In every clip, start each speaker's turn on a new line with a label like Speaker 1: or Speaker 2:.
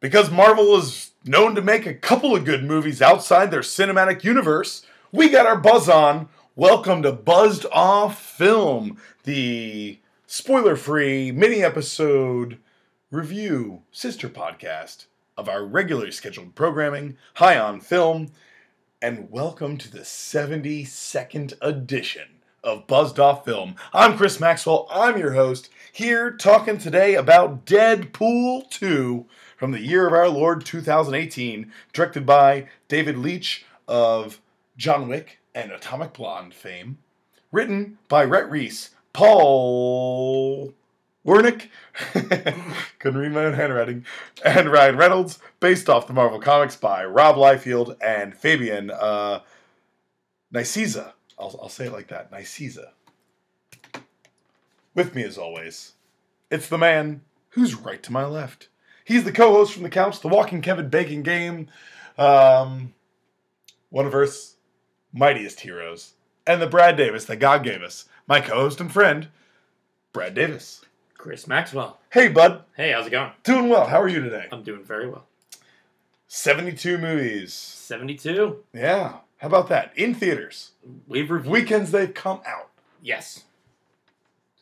Speaker 1: Because Marvel is known to make a couple of good movies outside their cinematic universe, we got our buzz on. Welcome to Buzzed Off Film, the spoiler free mini episode review sister podcast of our regularly scheduled programming, High on Film. And welcome to the 72nd edition of Buzzed Off Film. I'm Chris Maxwell, I'm your host, here talking today about Deadpool 2 from the year of our Lord 2018, directed by David Leitch of John Wick and Atomic Blonde fame, written by Rhett Reese, Paul Wernick, couldn't read my own handwriting, and Ryan Reynolds, based off the Marvel Comics by Rob Liefeld and Fabian uh, Niceza. I'll, I'll say it like that Niceza. With me, as always, it's the man who's right to my left. He's the co host from the couch, the walking Kevin Bacon game, um, one of Earth's mightiest heroes, and the Brad Davis that God gave us, my co host and friend, Brad Davis.
Speaker 2: Chris Maxwell.
Speaker 1: Hey, bud.
Speaker 2: Hey, how's it going?
Speaker 1: Doing well. How are you today?
Speaker 2: I'm doing very well.
Speaker 1: 72 movies.
Speaker 2: 72.
Speaker 1: Yeah. How about that? In theaters.
Speaker 2: We've reviewed.
Speaker 1: Weekends they've come out.
Speaker 2: Yes.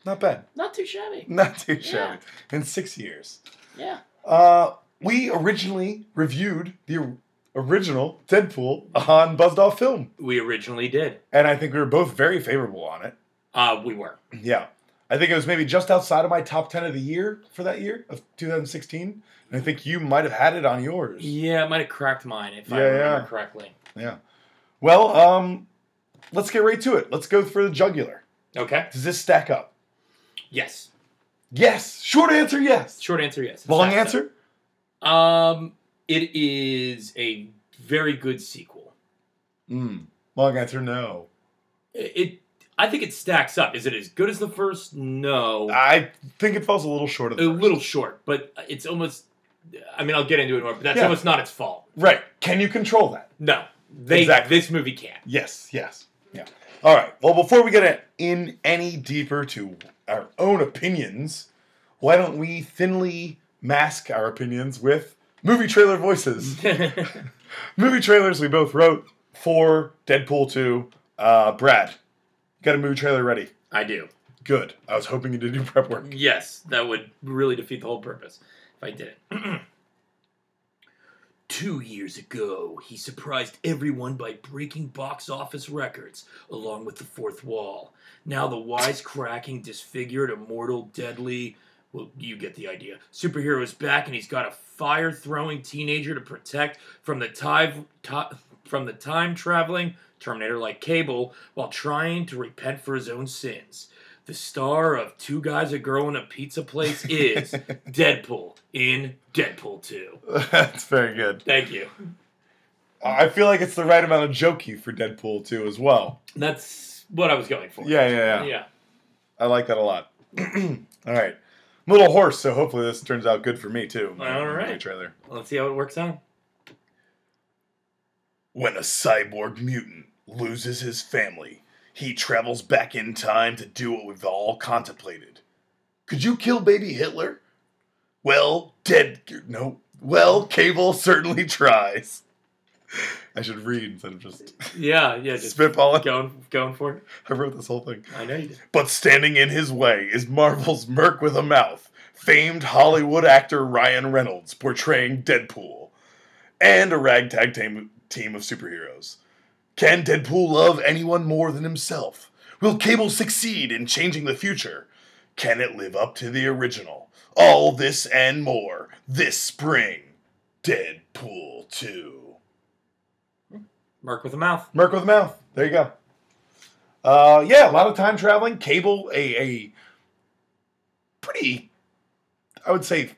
Speaker 1: Not bad.
Speaker 2: Not too shabby.
Speaker 1: Not too shabby. In six years.
Speaker 2: Yeah.
Speaker 1: Uh, we originally reviewed the or- original Deadpool on Buzzed Off Film.
Speaker 2: We originally did.
Speaker 1: And I think we were both very favorable on it.
Speaker 2: Uh, we were.
Speaker 1: Yeah. I think it was maybe just outside of my top 10 of the year for that year of 2016. And I think you might have had it on yours.
Speaker 2: Yeah, it might have cracked mine if I
Speaker 1: Yeah,
Speaker 2: remember
Speaker 1: yeah.
Speaker 2: correctly.
Speaker 1: Yeah. Well, um, let's get right to it. Let's go for the jugular.
Speaker 2: Okay.
Speaker 1: Does this stack up?
Speaker 2: Yes.
Speaker 1: Yes. Short answer, yes.
Speaker 2: Short answer, yes. It's
Speaker 1: Long
Speaker 2: not
Speaker 1: answer?
Speaker 2: so. Um, it is a very good sequel.
Speaker 1: Mm. Long answer, no.
Speaker 2: It, it- I think it stacks up. Is it as good as the first? No.
Speaker 1: I think it falls a little short of
Speaker 2: a
Speaker 1: the first.
Speaker 2: little short, but it's almost. I mean, I'll get into it more, but that's
Speaker 1: Yeah.
Speaker 2: almost not its fault.
Speaker 1: Right. Can you control that?
Speaker 2: No. They,
Speaker 1: Exactly.
Speaker 2: This movie can't.
Speaker 1: Yes, yes. Yeah. All right. Well, before we get in any deeper to our own opinions, why don't we thinly mask our opinions with movie trailer voices? movie trailers we both wrote for Deadpool 2. Uh, Brad, you got a movie trailer ready?
Speaker 2: I do.
Speaker 1: Good. I was hoping you did do prep work.
Speaker 2: Yes, that would really defeat the whole purpose if I did it. Two years ago, he surprised everyone by breaking box office records, along with the fourth wall. Now, the wisecracking, disfigured, immortal, deadly. Well, you get the idea. Superhero is back, and he's got a fire throwing teenager to protect from the time, from the time traveling Terminator like Cable while trying to repent for his own sins. The star of Two Guys, a Girl, and a Pizza Place is Deadpool in Deadpool 2.
Speaker 1: That's very good.
Speaker 2: Thank you.
Speaker 1: I feel like it's the right amount of jokey for Deadpool 2 as well.
Speaker 2: That's what I was going for.
Speaker 1: Yeah, yeah, yeah.
Speaker 2: Yeah.
Speaker 1: I like that a lot. All right. I'm a little hoarse, so hopefully this turns out good for me too. My
Speaker 2: All
Speaker 1: movie
Speaker 2: right.
Speaker 1: Trailer.
Speaker 2: Let's see how it works out.
Speaker 1: When a cyborg mutant loses his family, he travels back in time to do what we've all contemplated. Could you kill baby Hitler? Well, dead. No. Well, Cable certainly tries. I should read instead of just
Speaker 2: Yeah, yeah. Just
Speaker 1: spitballing.
Speaker 2: going, going for it.
Speaker 1: I wrote this whole thing.
Speaker 2: I know you did.
Speaker 1: But standing in his way is Marvel's Merc with a Mouth, famed Hollywood actor Ryan Reynolds portraying Deadpool, and a ragtag team, team of superheroes. Can Deadpool love anyone more than himself? Will Cable succeed in changing the future? Can it live up to the original? All this and more this spring. Deadpool 2.
Speaker 2: Mark with a mouth.
Speaker 1: Merc with a mouth. There you go. Uh, yeah, a lot of time traveling. Cable, a a pretty, I would say,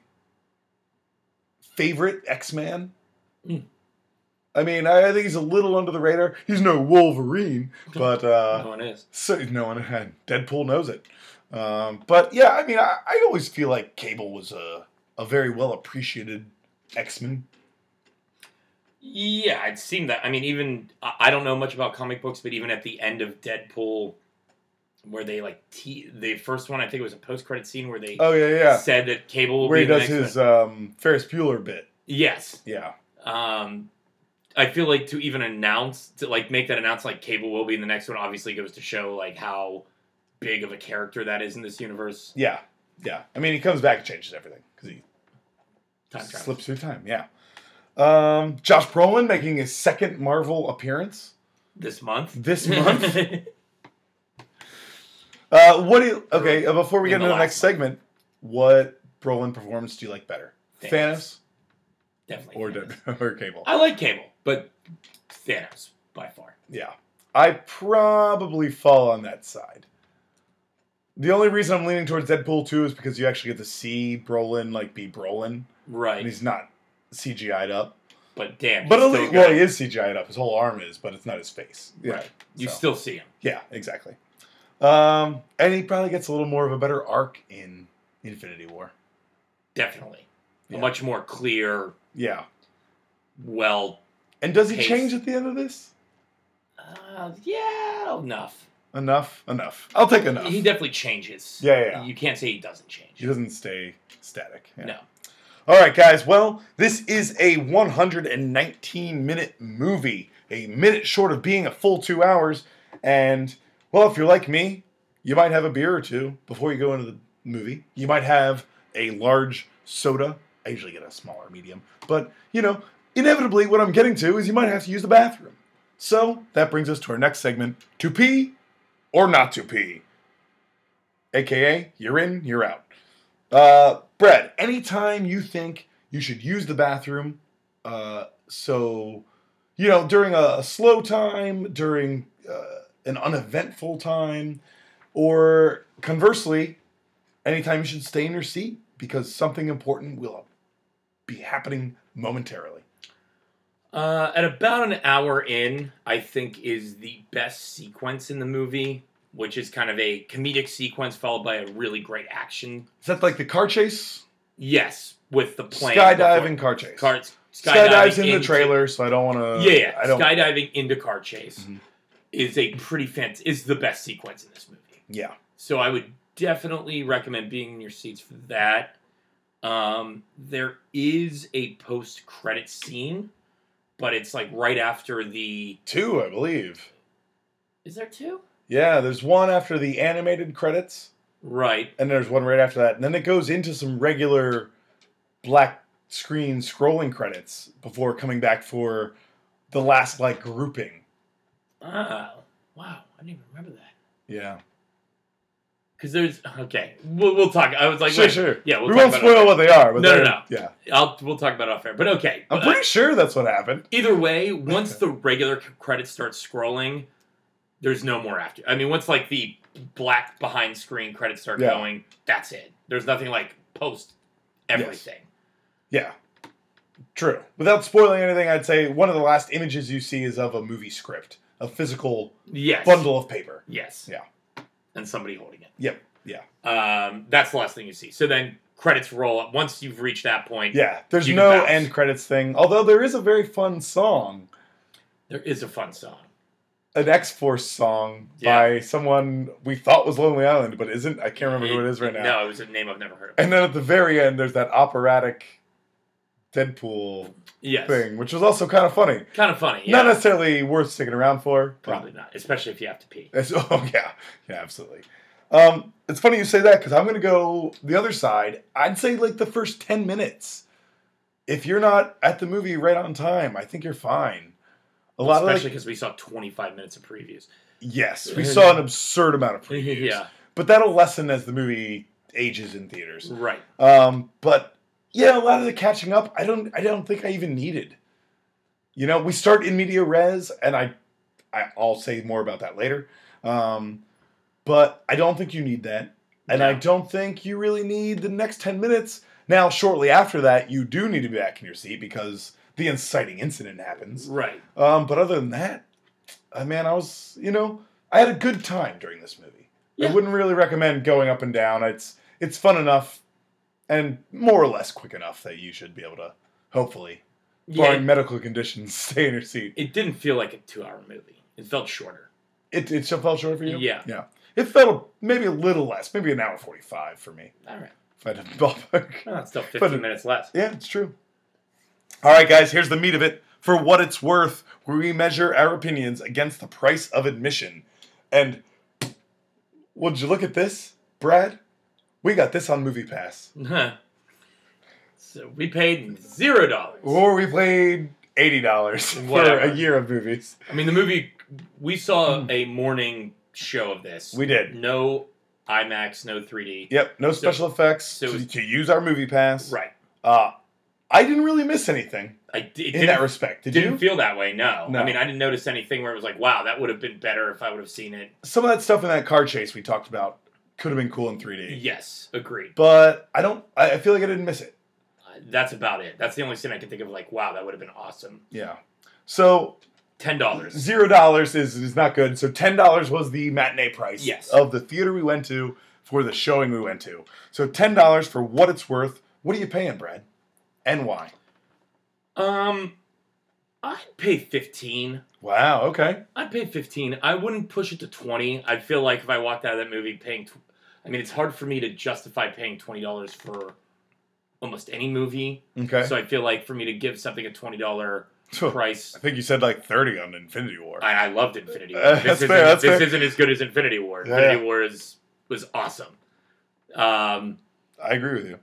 Speaker 1: favorite X Man.
Speaker 2: Mm.
Speaker 1: I mean, I, I think he's a little under the radar. He's no Wolverine, but uh,
Speaker 2: no one is.
Speaker 1: so no one had Deadpool knows it. Um, but yeah, I mean, I, I always feel like Cable was a a very well appreciated X Man.
Speaker 2: Yeah, it seemed that. I mean, even I I don't know much about comic books, but even at the end of Deadpool, where they like te- the first one, I think it was a post credit scene where they
Speaker 1: Oh yeah, yeah.
Speaker 2: said that Cable will
Speaker 1: Where
Speaker 2: be
Speaker 1: he
Speaker 2: in the
Speaker 1: does
Speaker 2: next
Speaker 1: his um, Ferris Bueller bit.
Speaker 2: Yes.
Speaker 1: Yeah.
Speaker 2: Um, I feel like to even announce to like make that announce like Cable will be in the next one obviously goes to show like how big of a character that is in this universe.
Speaker 1: Yeah. Yeah. I mean, he comes back and changes everything because he
Speaker 2: Time travel.
Speaker 1: slips through time. Yeah. Um, Josh Brolin making his second Marvel appearance.
Speaker 2: This month.
Speaker 1: This month? Uh, what do you, okay? uh, Before we
Speaker 2: In
Speaker 1: get
Speaker 2: the
Speaker 1: into the
Speaker 2: last
Speaker 1: next segment, what Brolin performance do you like better,
Speaker 2: Thanos.
Speaker 1: Thanos,
Speaker 2: Definitely.
Speaker 1: or
Speaker 2: Thanos.
Speaker 1: Dead- or Cable?
Speaker 2: I like Cable, but Thanos by far.
Speaker 1: Yeah, I probably fall on that side. The only reason I'm leaning towards Deadpool 2 is because you actually get to see Brolin like be Brolin, and
Speaker 2: Right.
Speaker 1: he's not CGI'd up.
Speaker 2: But damn.
Speaker 1: But
Speaker 2: he's
Speaker 1: at
Speaker 2: still
Speaker 1: least, well,
Speaker 2: good.
Speaker 1: he is CGI'd up. His whole arm is, but it's not his face. Yeah,
Speaker 2: Right. You
Speaker 1: so.
Speaker 2: still see him.
Speaker 1: yeah, exactly. Um, and he probably gets a little more of a better arc in Infinity War.
Speaker 2: Definitely.
Speaker 1: Yeah.
Speaker 2: A much more clear,
Speaker 1: Yeah.
Speaker 2: well
Speaker 1: And does he
Speaker 2: Pace.
Speaker 1: change at the end of this?
Speaker 2: uh, yeah, enough.
Speaker 1: Enough, enough. I'll take enough.
Speaker 2: He
Speaker 1: He,
Speaker 2: definitely changes.
Speaker 1: Yeah, yeah, yeah.
Speaker 2: You can't say he doesn't change.
Speaker 1: doesn't stay static. Yeah.
Speaker 2: No.
Speaker 1: All right, guys. Well, this is a 119 minute movie, a minute short of being a full two hours. And well, if you're like me, you might have a beer or two before you go into the movie. You might have a large soda. I usually get a smaller medium, but you know, inevitably, what I'm getting to is you might have to use the bathroom. So that brings us to our next segment: to pee or not to pee, aka you're in, you're out. Uh, Brad, anytime you think you should use the bathroom, uh, so you know during a, a slow time, during uh, an uneventful time, or conversely, anytime you should stay in your seat because something important will be happening momentarily.
Speaker 2: Uh, at about an hour in, I think is the best sequence in the movie, which is kind of a comedic sequence followed by a really great action.
Speaker 1: Is that like the car chase,
Speaker 2: Yes, with the plane
Speaker 1: skydiving car chase?
Speaker 2: carts,
Speaker 1: Skydives in the
Speaker 2: into-
Speaker 1: trailer, so I don't want to.
Speaker 2: yeah, yeah,
Speaker 1: I don't.
Speaker 2: skydiving into car chase
Speaker 1: Mhm.
Speaker 2: is a pretty fant is the best sequence in this movie.
Speaker 1: yeah,
Speaker 2: So I would definitely recommend being in your seats for that. Um, there is a post credit scene, but it's like right after the.
Speaker 1: two, I believe.
Speaker 2: Is there two?
Speaker 1: Yeah, there's one after the animated credits.
Speaker 2: Right.
Speaker 1: and there's one right after that, and then it goes into some regular black screen scrolling credits before coming back for the last like grouping.
Speaker 2: Oh, wow. I didn't even remember that.
Speaker 1: Yeah,
Speaker 2: Because there's okay. We'll, we'll talk. I was like,
Speaker 1: sure,
Speaker 2: wait,
Speaker 1: sure.
Speaker 2: yeah, we'll
Speaker 1: we
Speaker 2: talk
Speaker 1: won't
Speaker 2: about
Speaker 1: spoil
Speaker 2: it.
Speaker 1: what they are, but
Speaker 2: No, no,
Speaker 1: they're-
Speaker 2: no.
Speaker 1: yeah,
Speaker 2: I'll we'll talk about it off air. But okay.
Speaker 1: I'm
Speaker 2: Uh,
Speaker 1: pretty sure that's what happened.
Speaker 2: either way, once the regular c- credits start scrolling, there's no more after. I mean, once like the black behind screen credits start
Speaker 1: Yeah.
Speaker 2: going, that's it. There's nothing like post everything.
Speaker 1: Yeah, true. Without spoiling anything, I'd say one of the last images you see is of a movie script, a physical
Speaker 2: Yes.
Speaker 1: bundle of paper.
Speaker 2: Yes.
Speaker 1: Yeah.
Speaker 2: And somebody holding it.
Speaker 1: Yep, yeah.
Speaker 2: Um, that's the last thing you see. So then credits roll up. Once you've reached that point,
Speaker 1: Yeah, there's
Speaker 2: You can
Speaker 1: no
Speaker 2: bounce.
Speaker 1: end credits thing, although there is a very fun song.
Speaker 2: there is a fun song.
Speaker 1: an X Force song
Speaker 2: Yeah.
Speaker 1: by someone we thought was Lonely Island, but isn't. I can't remember who it is right now.
Speaker 2: No, it was a name I've never heard of.
Speaker 1: And then at the very end, there's that operatic Deadpool
Speaker 2: Yes.
Speaker 1: thing, which was also kind of funny.
Speaker 2: Kind of funny.
Speaker 1: Not
Speaker 2: yeah.
Speaker 1: necessarily worth sticking around for. but-
Speaker 2: Probably not, especially if you have to pee.
Speaker 1: It's, oh yeah, yeah, absolutely. Um, it's funny you say that because I'm gonna go the other side. I'd say like the first ten minutes. If you're not at the movie right on time, I think you're fine. A lot of
Speaker 2: Especially
Speaker 1: like,
Speaker 2: because we saw 25 minutes of previews.
Speaker 1: yes, we saw an absurd amount of previews.
Speaker 2: yeah,
Speaker 1: but that'll lessen as the movie ages in theaters.
Speaker 2: right.
Speaker 1: Um, but yeah, a lot of the catching up, I don't, I don't think I even needed. You know, we start in media res, and I, I I'll say more about that later. Um, but I don't think you need that, and I
Speaker 2: No.
Speaker 1: don't think you really need the next ten minutes. Now, shortly after that, you do need to be back in your seat because the inciting incident happens.
Speaker 2: Right.
Speaker 1: Um, but other than that, uh, man, I was, you know, I had a good time during this movie.
Speaker 2: Yeah.
Speaker 1: I wouldn't really recommend going up and down. It's it's fun enough, and more or less quick enough that you should be able to, hopefully,
Speaker 2: Yeah,
Speaker 1: barring medical conditions, stay in your seat.
Speaker 2: it didn't feel like a two hour movie. It felt shorter.
Speaker 1: It it still fell short for you.
Speaker 2: Yeah.
Speaker 1: yeah. It felt maybe a little less, maybe an hour forty five for me.
Speaker 2: All right.
Speaker 1: If I had to ballpark.
Speaker 2: Well, it's still 15
Speaker 1: it-
Speaker 2: minutes less.
Speaker 1: Yeah, it's true. All right, guys, here's the meat of it. For what it's worth, where we measure our opinions against the price of admission. And would you look at this, Brad? We got this on Movie Pass.
Speaker 2: so we paid zero dollars.
Speaker 1: Or we played eighty dollars for
Speaker 2: Whatever.
Speaker 1: a year of movies.
Speaker 2: I mean, the movie we saw a morning show of this.
Speaker 1: We did.
Speaker 2: no IMAX, no 3D.
Speaker 1: Yep, no special effects
Speaker 2: so
Speaker 1: to,
Speaker 2: it's-
Speaker 1: to use our movie pass.
Speaker 2: Right.
Speaker 1: Uh, I didn't really miss anything
Speaker 2: I d- it
Speaker 1: in that
Speaker 2: didn't,
Speaker 1: respect. Did
Speaker 2: didn't
Speaker 1: you?
Speaker 2: feel that way. No.
Speaker 1: No.
Speaker 2: I mean, I didn't notice anything where it was like, wow, that would have been better if I would have seen it.
Speaker 1: Some of that stuff in that car chase we talked about could have been cool in 3D.
Speaker 2: Yes, agreed.
Speaker 1: But I don't. I I feel like I didn't miss it.
Speaker 2: Uh, That's about it. That's the only sin I can think of. Like, wow, that would have been awesome.
Speaker 1: Yeah. So
Speaker 2: Ten dollars.
Speaker 1: zero dollars is is not good. So ten dollars was the matinee price
Speaker 2: Yes.
Speaker 1: of the theater we went to for the showing we went to. So ten dollars for what it's worth. What are you paying, Brad? And why?
Speaker 2: Um, I'd pay fifteen.
Speaker 1: Wow. Okay.
Speaker 2: I'd pay fifteen. I wouldn't push it to twenty. I feel like if I walked out of that movie paying, tw- I mean, it's hard for me to justify paying twenty dollars for almost any movie.
Speaker 1: Okay. Oh.
Speaker 2: So I feel like for me to give something a twenty dollar price,
Speaker 1: I think you said like thirty on Infinity War.
Speaker 2: I, I loved Infinity War.
Speaker 1: Uh,
Speaker 2: this
Speaker 1: that's
Speaker 2: isn't,
Speaker 1: fair, that's
Speaker 2: this
Speaker 1: fair.
Speaker 2: isn't as good as Infinity War.
Speaker 1: Yeah,
Speaker 2: Infinity
Speaker 1: yeah.
Speaker 2: War is was awesome. Um,
Speaker 1: I agree with you.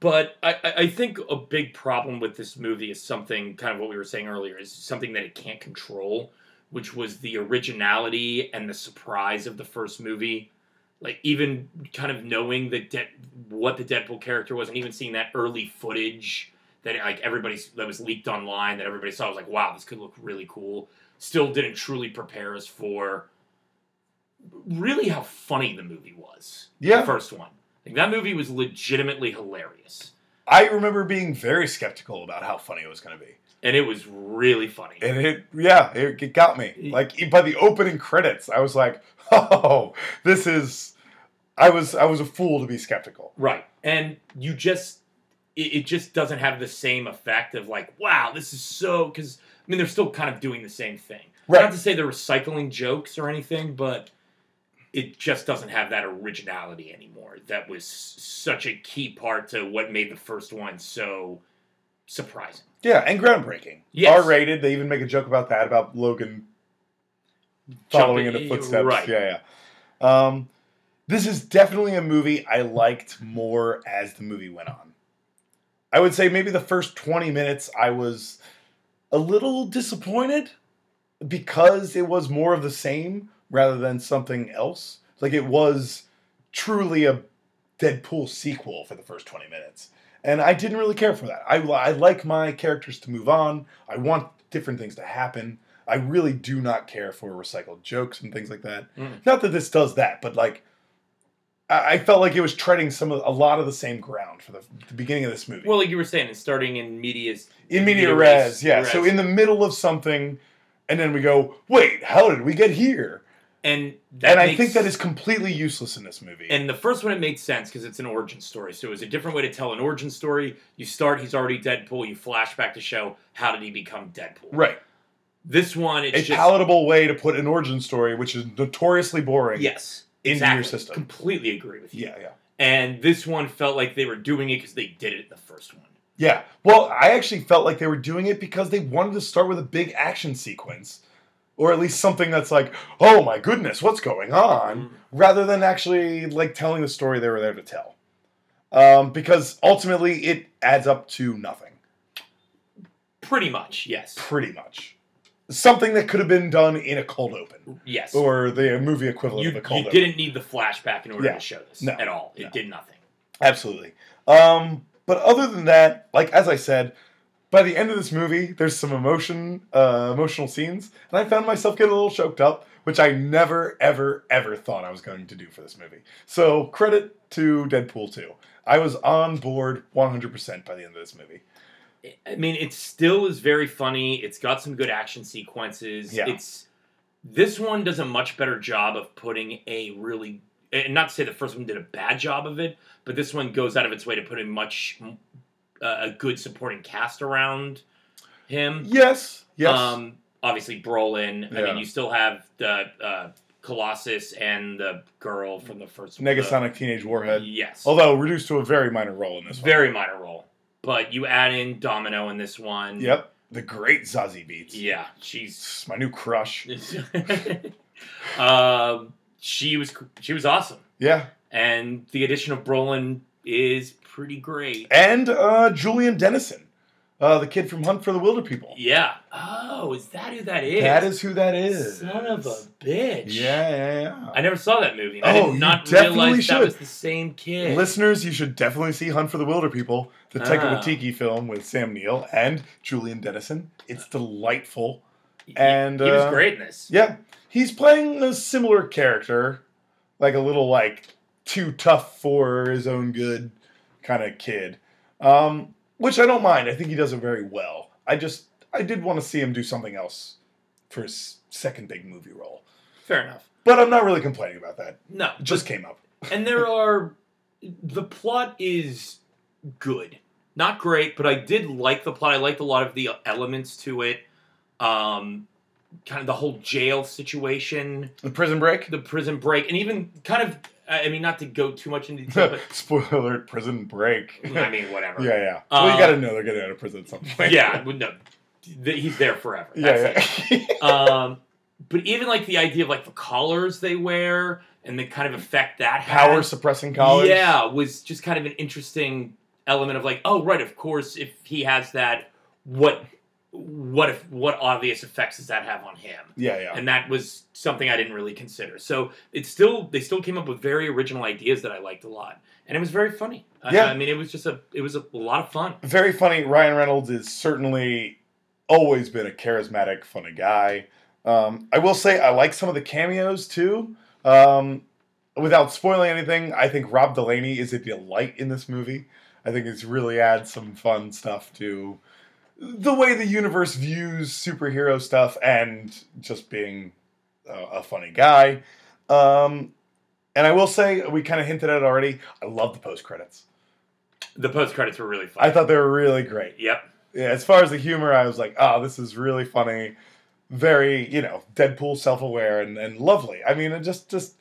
Speaker 2: but I, I- I think a big problem with this movie is something kind of what we were saying earlier is something that it can't control, which was the originality and the surprise of the first movie. Like even kind of knowing the De- what the Deadpool character was, and even seeing that early footage that like everybody s- that was leaked online that everybody saw was like, wow, this could look really cool. Still didn't truly prepare us for really how funny the movie was.
Speaker 1: Yeah.
Speaker 2: the first one. Like, that movie was legitimately hilarious,
Speaker 1: I remember being very skeptical about how funny it was going to be,
Speaker 2: and it was really funny.
Speaker 1: and it yeah, it, it got me. Like by the opening credits, I was like, oh, this is. I was I was a fool to be skeptical.
Speaker 2: right, and you just it, it just doesn't have the same effect of like, wow, this is so because I mean they're still kind of doing the same thing.
Speaker 1: Right.
Speaker 2: Not to say they're recycling jokes or anything, but it just doesn't have that originality anymore. That was such a key part to what made the first one so surprising.
Speaker 1: Yeah, and groundbreaking.
Speaker 2: Yes.
Speaker 1: R rated. They even make a joke about that about Logan following in the footsteps.
Speaker 2: Right.
Speaker 1: Yeah, yeah. Um, this is definitely a movie I liked more as the movie went on. I would say maybe the first 20 minutes I was a little disappointed because it was more of the same rather than something else. Like it was truly a Deadpool sequel for the first 20 minutes. And I didn't really care for that. I, I like my characters to move on. I want different things to happen. I really do not care for recycled jokes and things like that.
Speaker 2: Mm.
Speaker 1: Not that this does that, but like I, I felt like it was treading some of a lot of the same ground for the, the beginning of this movie.
Speaker 2: Well, like you were saying, and starting in media's
Speaker 1: in media
Speaker 2: media
Speaker 1: res,
Speaker 2: res,
Speaker 1: yeah. So
Speaker 2: res.
Speaker 1: in the middle of something, and then we go, wait, how did we get here?
Speaker 2: and that
Speaker 1: and I
Speaker 2: makes-
Speaker 1: think that is completely useless in this movie.
Speaker 2: And the first one, it made sense because it's an origin story. So it was a different way to tell an origin story. You start, he's already Deadpool. You flash back to show how did he become Deadpool.
Speaker 1: right.
Speaker 2: This one, it's
Speaker 1: a
Speaker 2: just
Speaker 1: palatable way to put an origin story, which is notoriously boring.
Speaker 2: yes,
Speaker 1: into
Speaker 2: exactly.
Speaker 1: your system.
Speaker 2: Completely agree with you.
Speaker 1: Yeah, yeah.
Speaker 2: And this one felt like they were doing it because they did it in the first one.
Speaker 1: Yeah. Well, I actually felt like they were doing it because they wanted to start with a big action sequence. Or at least something that's like, oh my goodness, what's going
Speaker 2: Mm-hmm.
Speaker 1: on? Rather than actually like telling the story they were there to tell. Um, because ultimately it adds up to nothing,
Speaker 2: Pretty much, yes,
Speaker 1: pretty much. Something that could have been done in a cold open.
Speaker 2: yes.
Speaker 1: Or the movie equivalent
Speaker 2: you,
Speaker 1: of a cold
Speaker 2: you
Speaker 1: open.
Speaker 2: didn't need the flashback in order
Speaker 1: Yeah.
Speaker 2: to show this
Speaker 1: No.
Speaker 2: at all. It
Speaker 1: No.
Speaker 2: did nothing.
Speaker 1: Absolutely. Um, but other than that, like as I said, by the end of this movie, there's some emotion, uh, emotional scenes, and I found myself getting a little choked up, which I never, ever, ever thought I was going to do for this movie. So credit to Deadpool 2. I was on board 100% by the end of this movie.
Speaker 2: I mean, it still is very funny. It's got some good action sequences.
Speaker 1: Yeah.
Speaker 2: It's this one does a much better job of putting a really and not to say the first one did a bad job of it, but this one goes out of its way to put a much uh, a good supporting cast around him.
Speaker 1: Yes, yes,
Speaker 2: Um, obviously Brolin. I
Speaker 1: Yeah.
Speaker 2: mean, you still have the uh, Colossus and the girl from the first one.
Speaker 1: Negasonic Teenage Warhead,
Speaker 2: uh, Yes.
Speaker 1: although reduced to a very minor role in this one.
Speaker 2: Very minor role. But you add in Domino in this one.
Speaker 1: Yep. The great Zazie Beats.
Speaker 2: Yeah, she's
Speaker 1: It's My new crush.
Speaker 2: um, she was she was awesome,
Speaker 1: Yeah.
Speaker 2: and the addition of Brolin is pretty great.
Speaker 1: And uh, Julian Dennison, uh, the kid from Hunt for the Wilder People.
Speaker 2: Yeah. Oh, is that who that is?
Speaker 1: That is who that is.
Speaker 2: Son of a bitch.
Speaker 1: Yeah, yeah, yeah.
Speaker 2: I never saw that movie. I
Speaker 1: Oh,
Speaker 2: did
Speaker 1: you
Speaker 2: not
Speaker 1: definitely
Speaker 2: realize that
Speaker 1: should.
Speaker 2: was the same kid.
Speaker 1: Listeners, you should definitely see Hunt for the Wilder People, the Taika
Speaker 2: Ah.
Speaker 1: Waititi film with Sam Neill and Julian Dennison. It's delightful.
Speaker 2: He-
Speaker 1: and,
Speaker 2: he, was
Speaker 1: uh,
Speaker 2: great in this.
Speaker 1: Yeah, he's playing a similar character, like a little like too tough for his own good kind of kid, um, which I don't mind. I think he does it very well. I just I did want to see him do something else for his second big movie role,
Speaker 2: Fair enough.
Speaker 1: but I'm not really complaining about that.
Speaker 2: No,
Speaker 1: It just came up.
Speaker 2: and there are the plot is good not great but i did like the plot i liked a lot of the elements to it um kind of the whole jail situation
Speaker 1: The prison break.
Speaker 2: the prison break and even kind of i I mean not to go too much into detail
Speaker 1: Spoiler alert, prison break.
Speaker 2: but i mean whatever
Speaker 1: Yeah, yeah. Well, you
Speaker 2: Uh,
Speaker 1: gotta know they're getting out of prison at some point.
Speaker 2: yeah well, no, th- he's there forever That's it.
Speaker 1: yeah, yeah.
Speaker 2: um but even like the idea of like the collars they wear and the kind of effect that
Speaker 1: Power
Speaker 2: has.
Speaker 1: suppressing college.
Speaker 2: Yeah, was just kind of an interesting element of like, oh right, of course, if he has that, what, what if, what obvious effects does that have on him?
Speaker 1: yeah, yeah.
Speaker 2: And that was something I didn't really consider. So it's still they still came up with very original ideas that I liked a lot, and it was very funny. I-
Speaker 1: Yeah.
Speaker 2: I, mean, it was just a it was a, lot of fun.
Speaker 1: Very funny. Ryan Reynolds is certainly always been a charismatic, funny guy. Um, I will say I like some of the cameos too. Um, without spoiling anything, I think Rob Delaney is a delight in this movie. I think it's really adds some fun stuff to the way the universe views superhero stuff and just being a, a funny guy. Um, and I will say we kind of hinted at it already. I love the post credits.
Speaker 2: The post credits were really fun.
Speaker 1: I thought they were really great
Speaker 2: Yep.
Speaker 1: yeah, as far as the humor, I was like, oh, this is really funny, very you know Deadpool self aware and, and lovely. I mean, it just just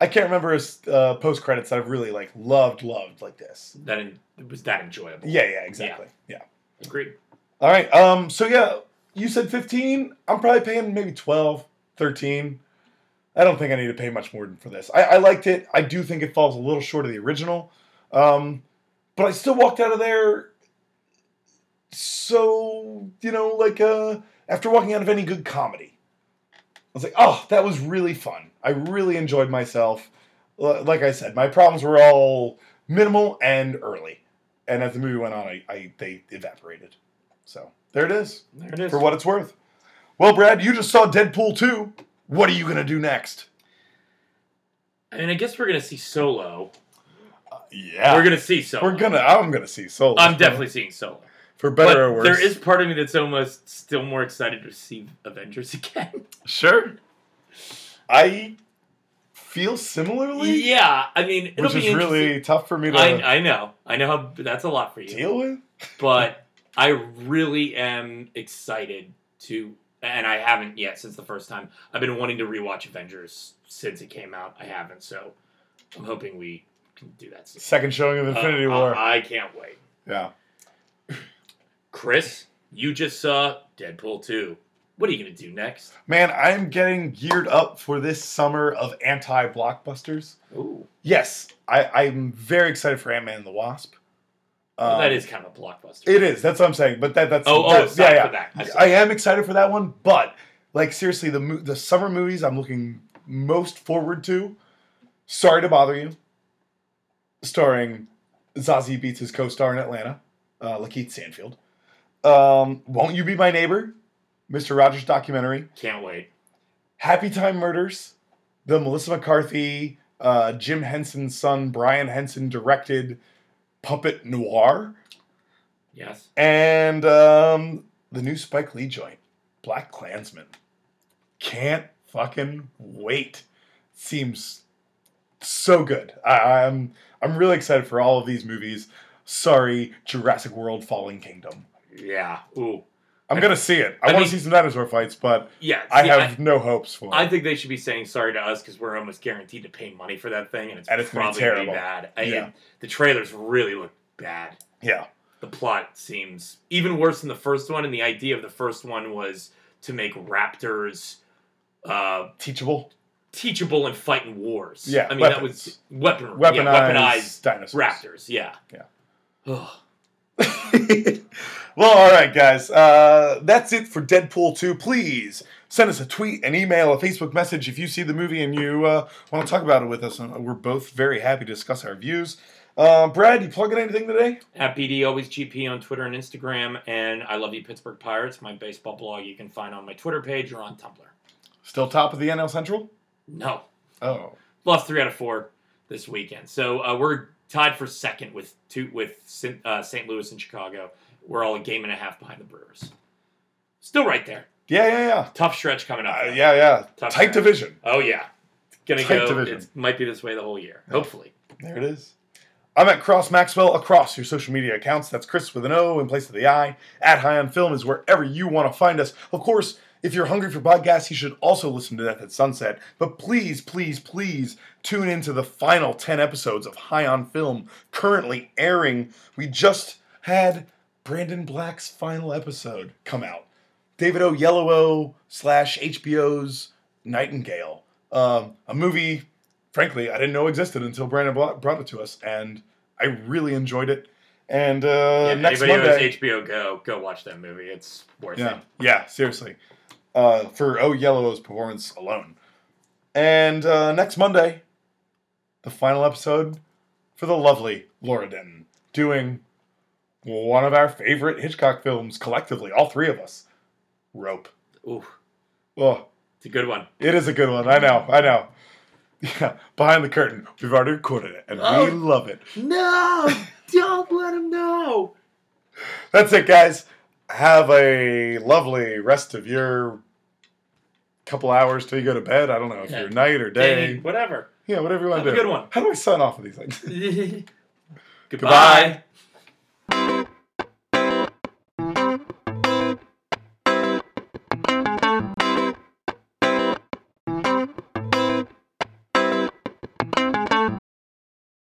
Speaker 1: I can't remember his uh, post credits that I've really like loved loved like this.
Speaker 2: That en- it was that enjoyable.
Speaker 1: Yeah, yeah, exactly. Yeah.
Speaker 2: Agreed.
Speaker 1: All right. Um. So yeah, you said fifteen. I'm probably paying maybe 12, 13. I don't think I need to pay much more than for this. I, I liked it. I do think it falls a little short of the original, um, but I still walked out of there. So you know, like uh, after walking out of any good comedy, I was like, oh, that was really fun. I really enjoyed myself. L- like I said, my problems were all minimal and early, and as the movie went on, I, I they evaporated. So there it is
Speaker 2: There it is.
Speaker 1: for what it's worth. Well, Brad, you just saw Deadpool 2. What are you going to do next?
Speaker 2: I mean, I guess we're gonna see Solo.
Speaker 1: Yeah.
Speaker 2: We're gonna see Solo.
Speaker 1: We're going to I'm going to see Solo.
Speaker 2: I'm definitely seeing Solo.
Speaker 1: for better or
Speaker 2: But
Speaker 1: worse.
Speaker 2: There is part of me that's almost still more excited to see Avengers again.
Speaker 1: sure. I feel similarly,
Speaker 2: yeah, I mean, it'll
Speaker 1: which
Speaker 2: be
Speaker 1: is really tough for me
Speaker 2: interesting.
Speaker 1: to
Speaker 2: I, I know, I know how that's a lot for you,
Speaker 1: deal with.
Speaker 2: but I really am excited to, and I haven't yet since the first time. I've been wanting to rewatch Avengers since it came out. I haven't, so I'm hoping we can do that. soon.
Speaker 1: Second showing of Infinity
Speaker 2: Uh,
Speaker 1: War.
Speaker 2: I, I can't wait.
Speaker 1: yeah.
Speaker 2: Chris, you just saw Deadpool two. What are you gonna do next?
Speaker 1: Man, I'm getting geared up for this summer of anti-blockbusters.
Speaker 2: Ooh,
Speaker 1: Yes, I, I'm very excited for Ant-Man and the Wasp.
Speaker 2: well, that
Speaker 1: Um,
Speaker 2: is kind of a blockbuster.
Speaker 1: It is. That's what I'm saying. But that that's
Speaker 2: Oh, oh,
Speaker 1: that's,
Speaker 2: aside for that. I see.
Speaker 1: I am excited for that one, but like seriously, the mo- the summer movies I'm looking most forward to. Sorry to bother you. Starring Zazie Beats' his co-star in Atlanta, uh, Lakeith Sanfield. Um, Won't you be my neighbor? Mr. Rogers documentary.
Speaker 2: Can't wait.
Speaker 1: Happy Time Murders, the Melissa McCarthy, uh, Jim Henson's son Brian Henson directed puppet noir
Speaker 2: Yes.
Speaker 1: and um, the new Spike Lee joint, Black Klansman. Can't fucking wait. Seems so good. I, I'm I'm really excited for all of these movies. Sorry, Jurassic World: Fallen Kingdom.
Speaker 2: Yeah. Ooh.
Speaker 1: I'm gonna see it. I,
Speaker 2: I
Speaker 1: want
Speaker 2: mean-
Speaker 1: to see some dinosaur fights, but
Speaker 2: Yeah.
Speaker 1: I
Speaker 2: see,
Speaker 1: have no hopes for
Speaker 2: I, I
Speaker 1: it.
Speaker 2: think they should be saying sorry to us because we're almost guaranteed to pay money for that thing, and it's,
Speaker 1: And it's gonna be
Speaker 2: probably gonna be
Speaker 1: terrible.
Speaker 2: bad. I,
Speaker 1: Yeah.
Speaker 2: The trailers really look bad.
Speaker 1: yeah,
Speaker 2: the plot seems even worse than the first one. And the idea of the first one was to make raptors uh,
Speaker 1: Teachable.
Speaker 2: teachable and fight in wars.
Speaker 1: Yeah,
Speaker 2: I mean that
Speaker 1: weapons.
Speaker 2: was weapon
Speaker 1: Weaponized,
Speaker 2: yeah, weaponized
Speaker 1: dinosaurs.
Speaker 2: raptors. Yeah,
Speaker 3: Ugh.
Speaker 1: well, all right, guys. Uh, that's it for Deadpool 2. Please send us a tweet, an email, a Facebook message if you see the movie and you uh, want to talk about it with us. And we're both very happy to discuss our views. Uh, Brad, you plugging anything today?
Speaker 2: at BD always GP on Twitter and Instagram, and I love you Pittsburgh Pirates. My baseball blog you can find on my Twitter page or on Tumblr.
Speaker 1: Still top of the NL Central?
Speaker 2: No,
Speaker 1: Oh.
Speaker 2: lost three out of four this weekend. So uh, we're tied for second with two with Sin- uh, St. Louis and Chicago. We're all a game and a half behind the Brewers. Still right there.
Speaker 1: Yeah, yeah, yeah.
Speaker 2: Tough stretch coming up.
Speaker 1: Uh, yeah, yeah.
Speaker 2: Tough
Speaker 1: Tight
Speaker 2: stretch.
Speaker 1: division.
Speaker 2: Oh yeah. Gonna
Speaker 1: Tight
Speaker 2: go.
Speaker 1: division.
Speaker 2: It might be this way the whole year. Hopefully.
Speaker 1: There it is. I'm at Cross Maxwell across your social media accounts. That's Chris with an O in place of the I. At High on Film is wherever you want to find us. Of course, if you're hungry for podcasts, you should also listen to Death at Sunset. But please, please, please tune into the final 10 episodes of High on Film currently airing. We just had Brandon Black's final episode come out. David O. Yellow O slash HBO's Nightingale. Um, a movie, frankly, I didn't know existed until Brandon blo- brought it to us, and I really enjoyed it. And uh,
Speaker 2: Yeah,
Speaker 1: next
Speaker 2: anybody
Speaker 1: Monday,
Speaker 2: who has HBO Go, go watch that movie. It's worth
Speaker 1: yeah,
Speaker 2: it.
Speaker 1: yeah, seriously, uh, for O. Yellow O's performance alone. And uh, next Monday, the final episode for the lovely Laura Denton doing one of our favorite Hitchcock films collectively, all three of us, Rope.
Speaker 2: Ooh,
Speaker 1: Oh,
Speaker 2: it's a good one.
Speaker 1: it is a good one. I know. I know. Yeah, behind the curtain. We've already recorded it, and
Speaker 3: Oh.
Speaker 1: we love it.
Speaker 3: No, don't let him know.
Speaker 1: That's it, guys. Have a lovely rest of your couple hours till you go to bed. I don't know if
Speaker 2: Yeah.
Speaker 1: you're night or
Speaker 2: Dang,
Speaker 1: day.
Speaker 2: whatever.
Speaker 1: Yeah, whatever you want
Speaker 2: Have
Speaker 1: to
Speaker 2: a
Speaker 1: do.
Speaker 2: good one.
Speaker 1: How do I sign off of these things?
Speaker 2: Goodbye.
Speaker 1: Goodbye.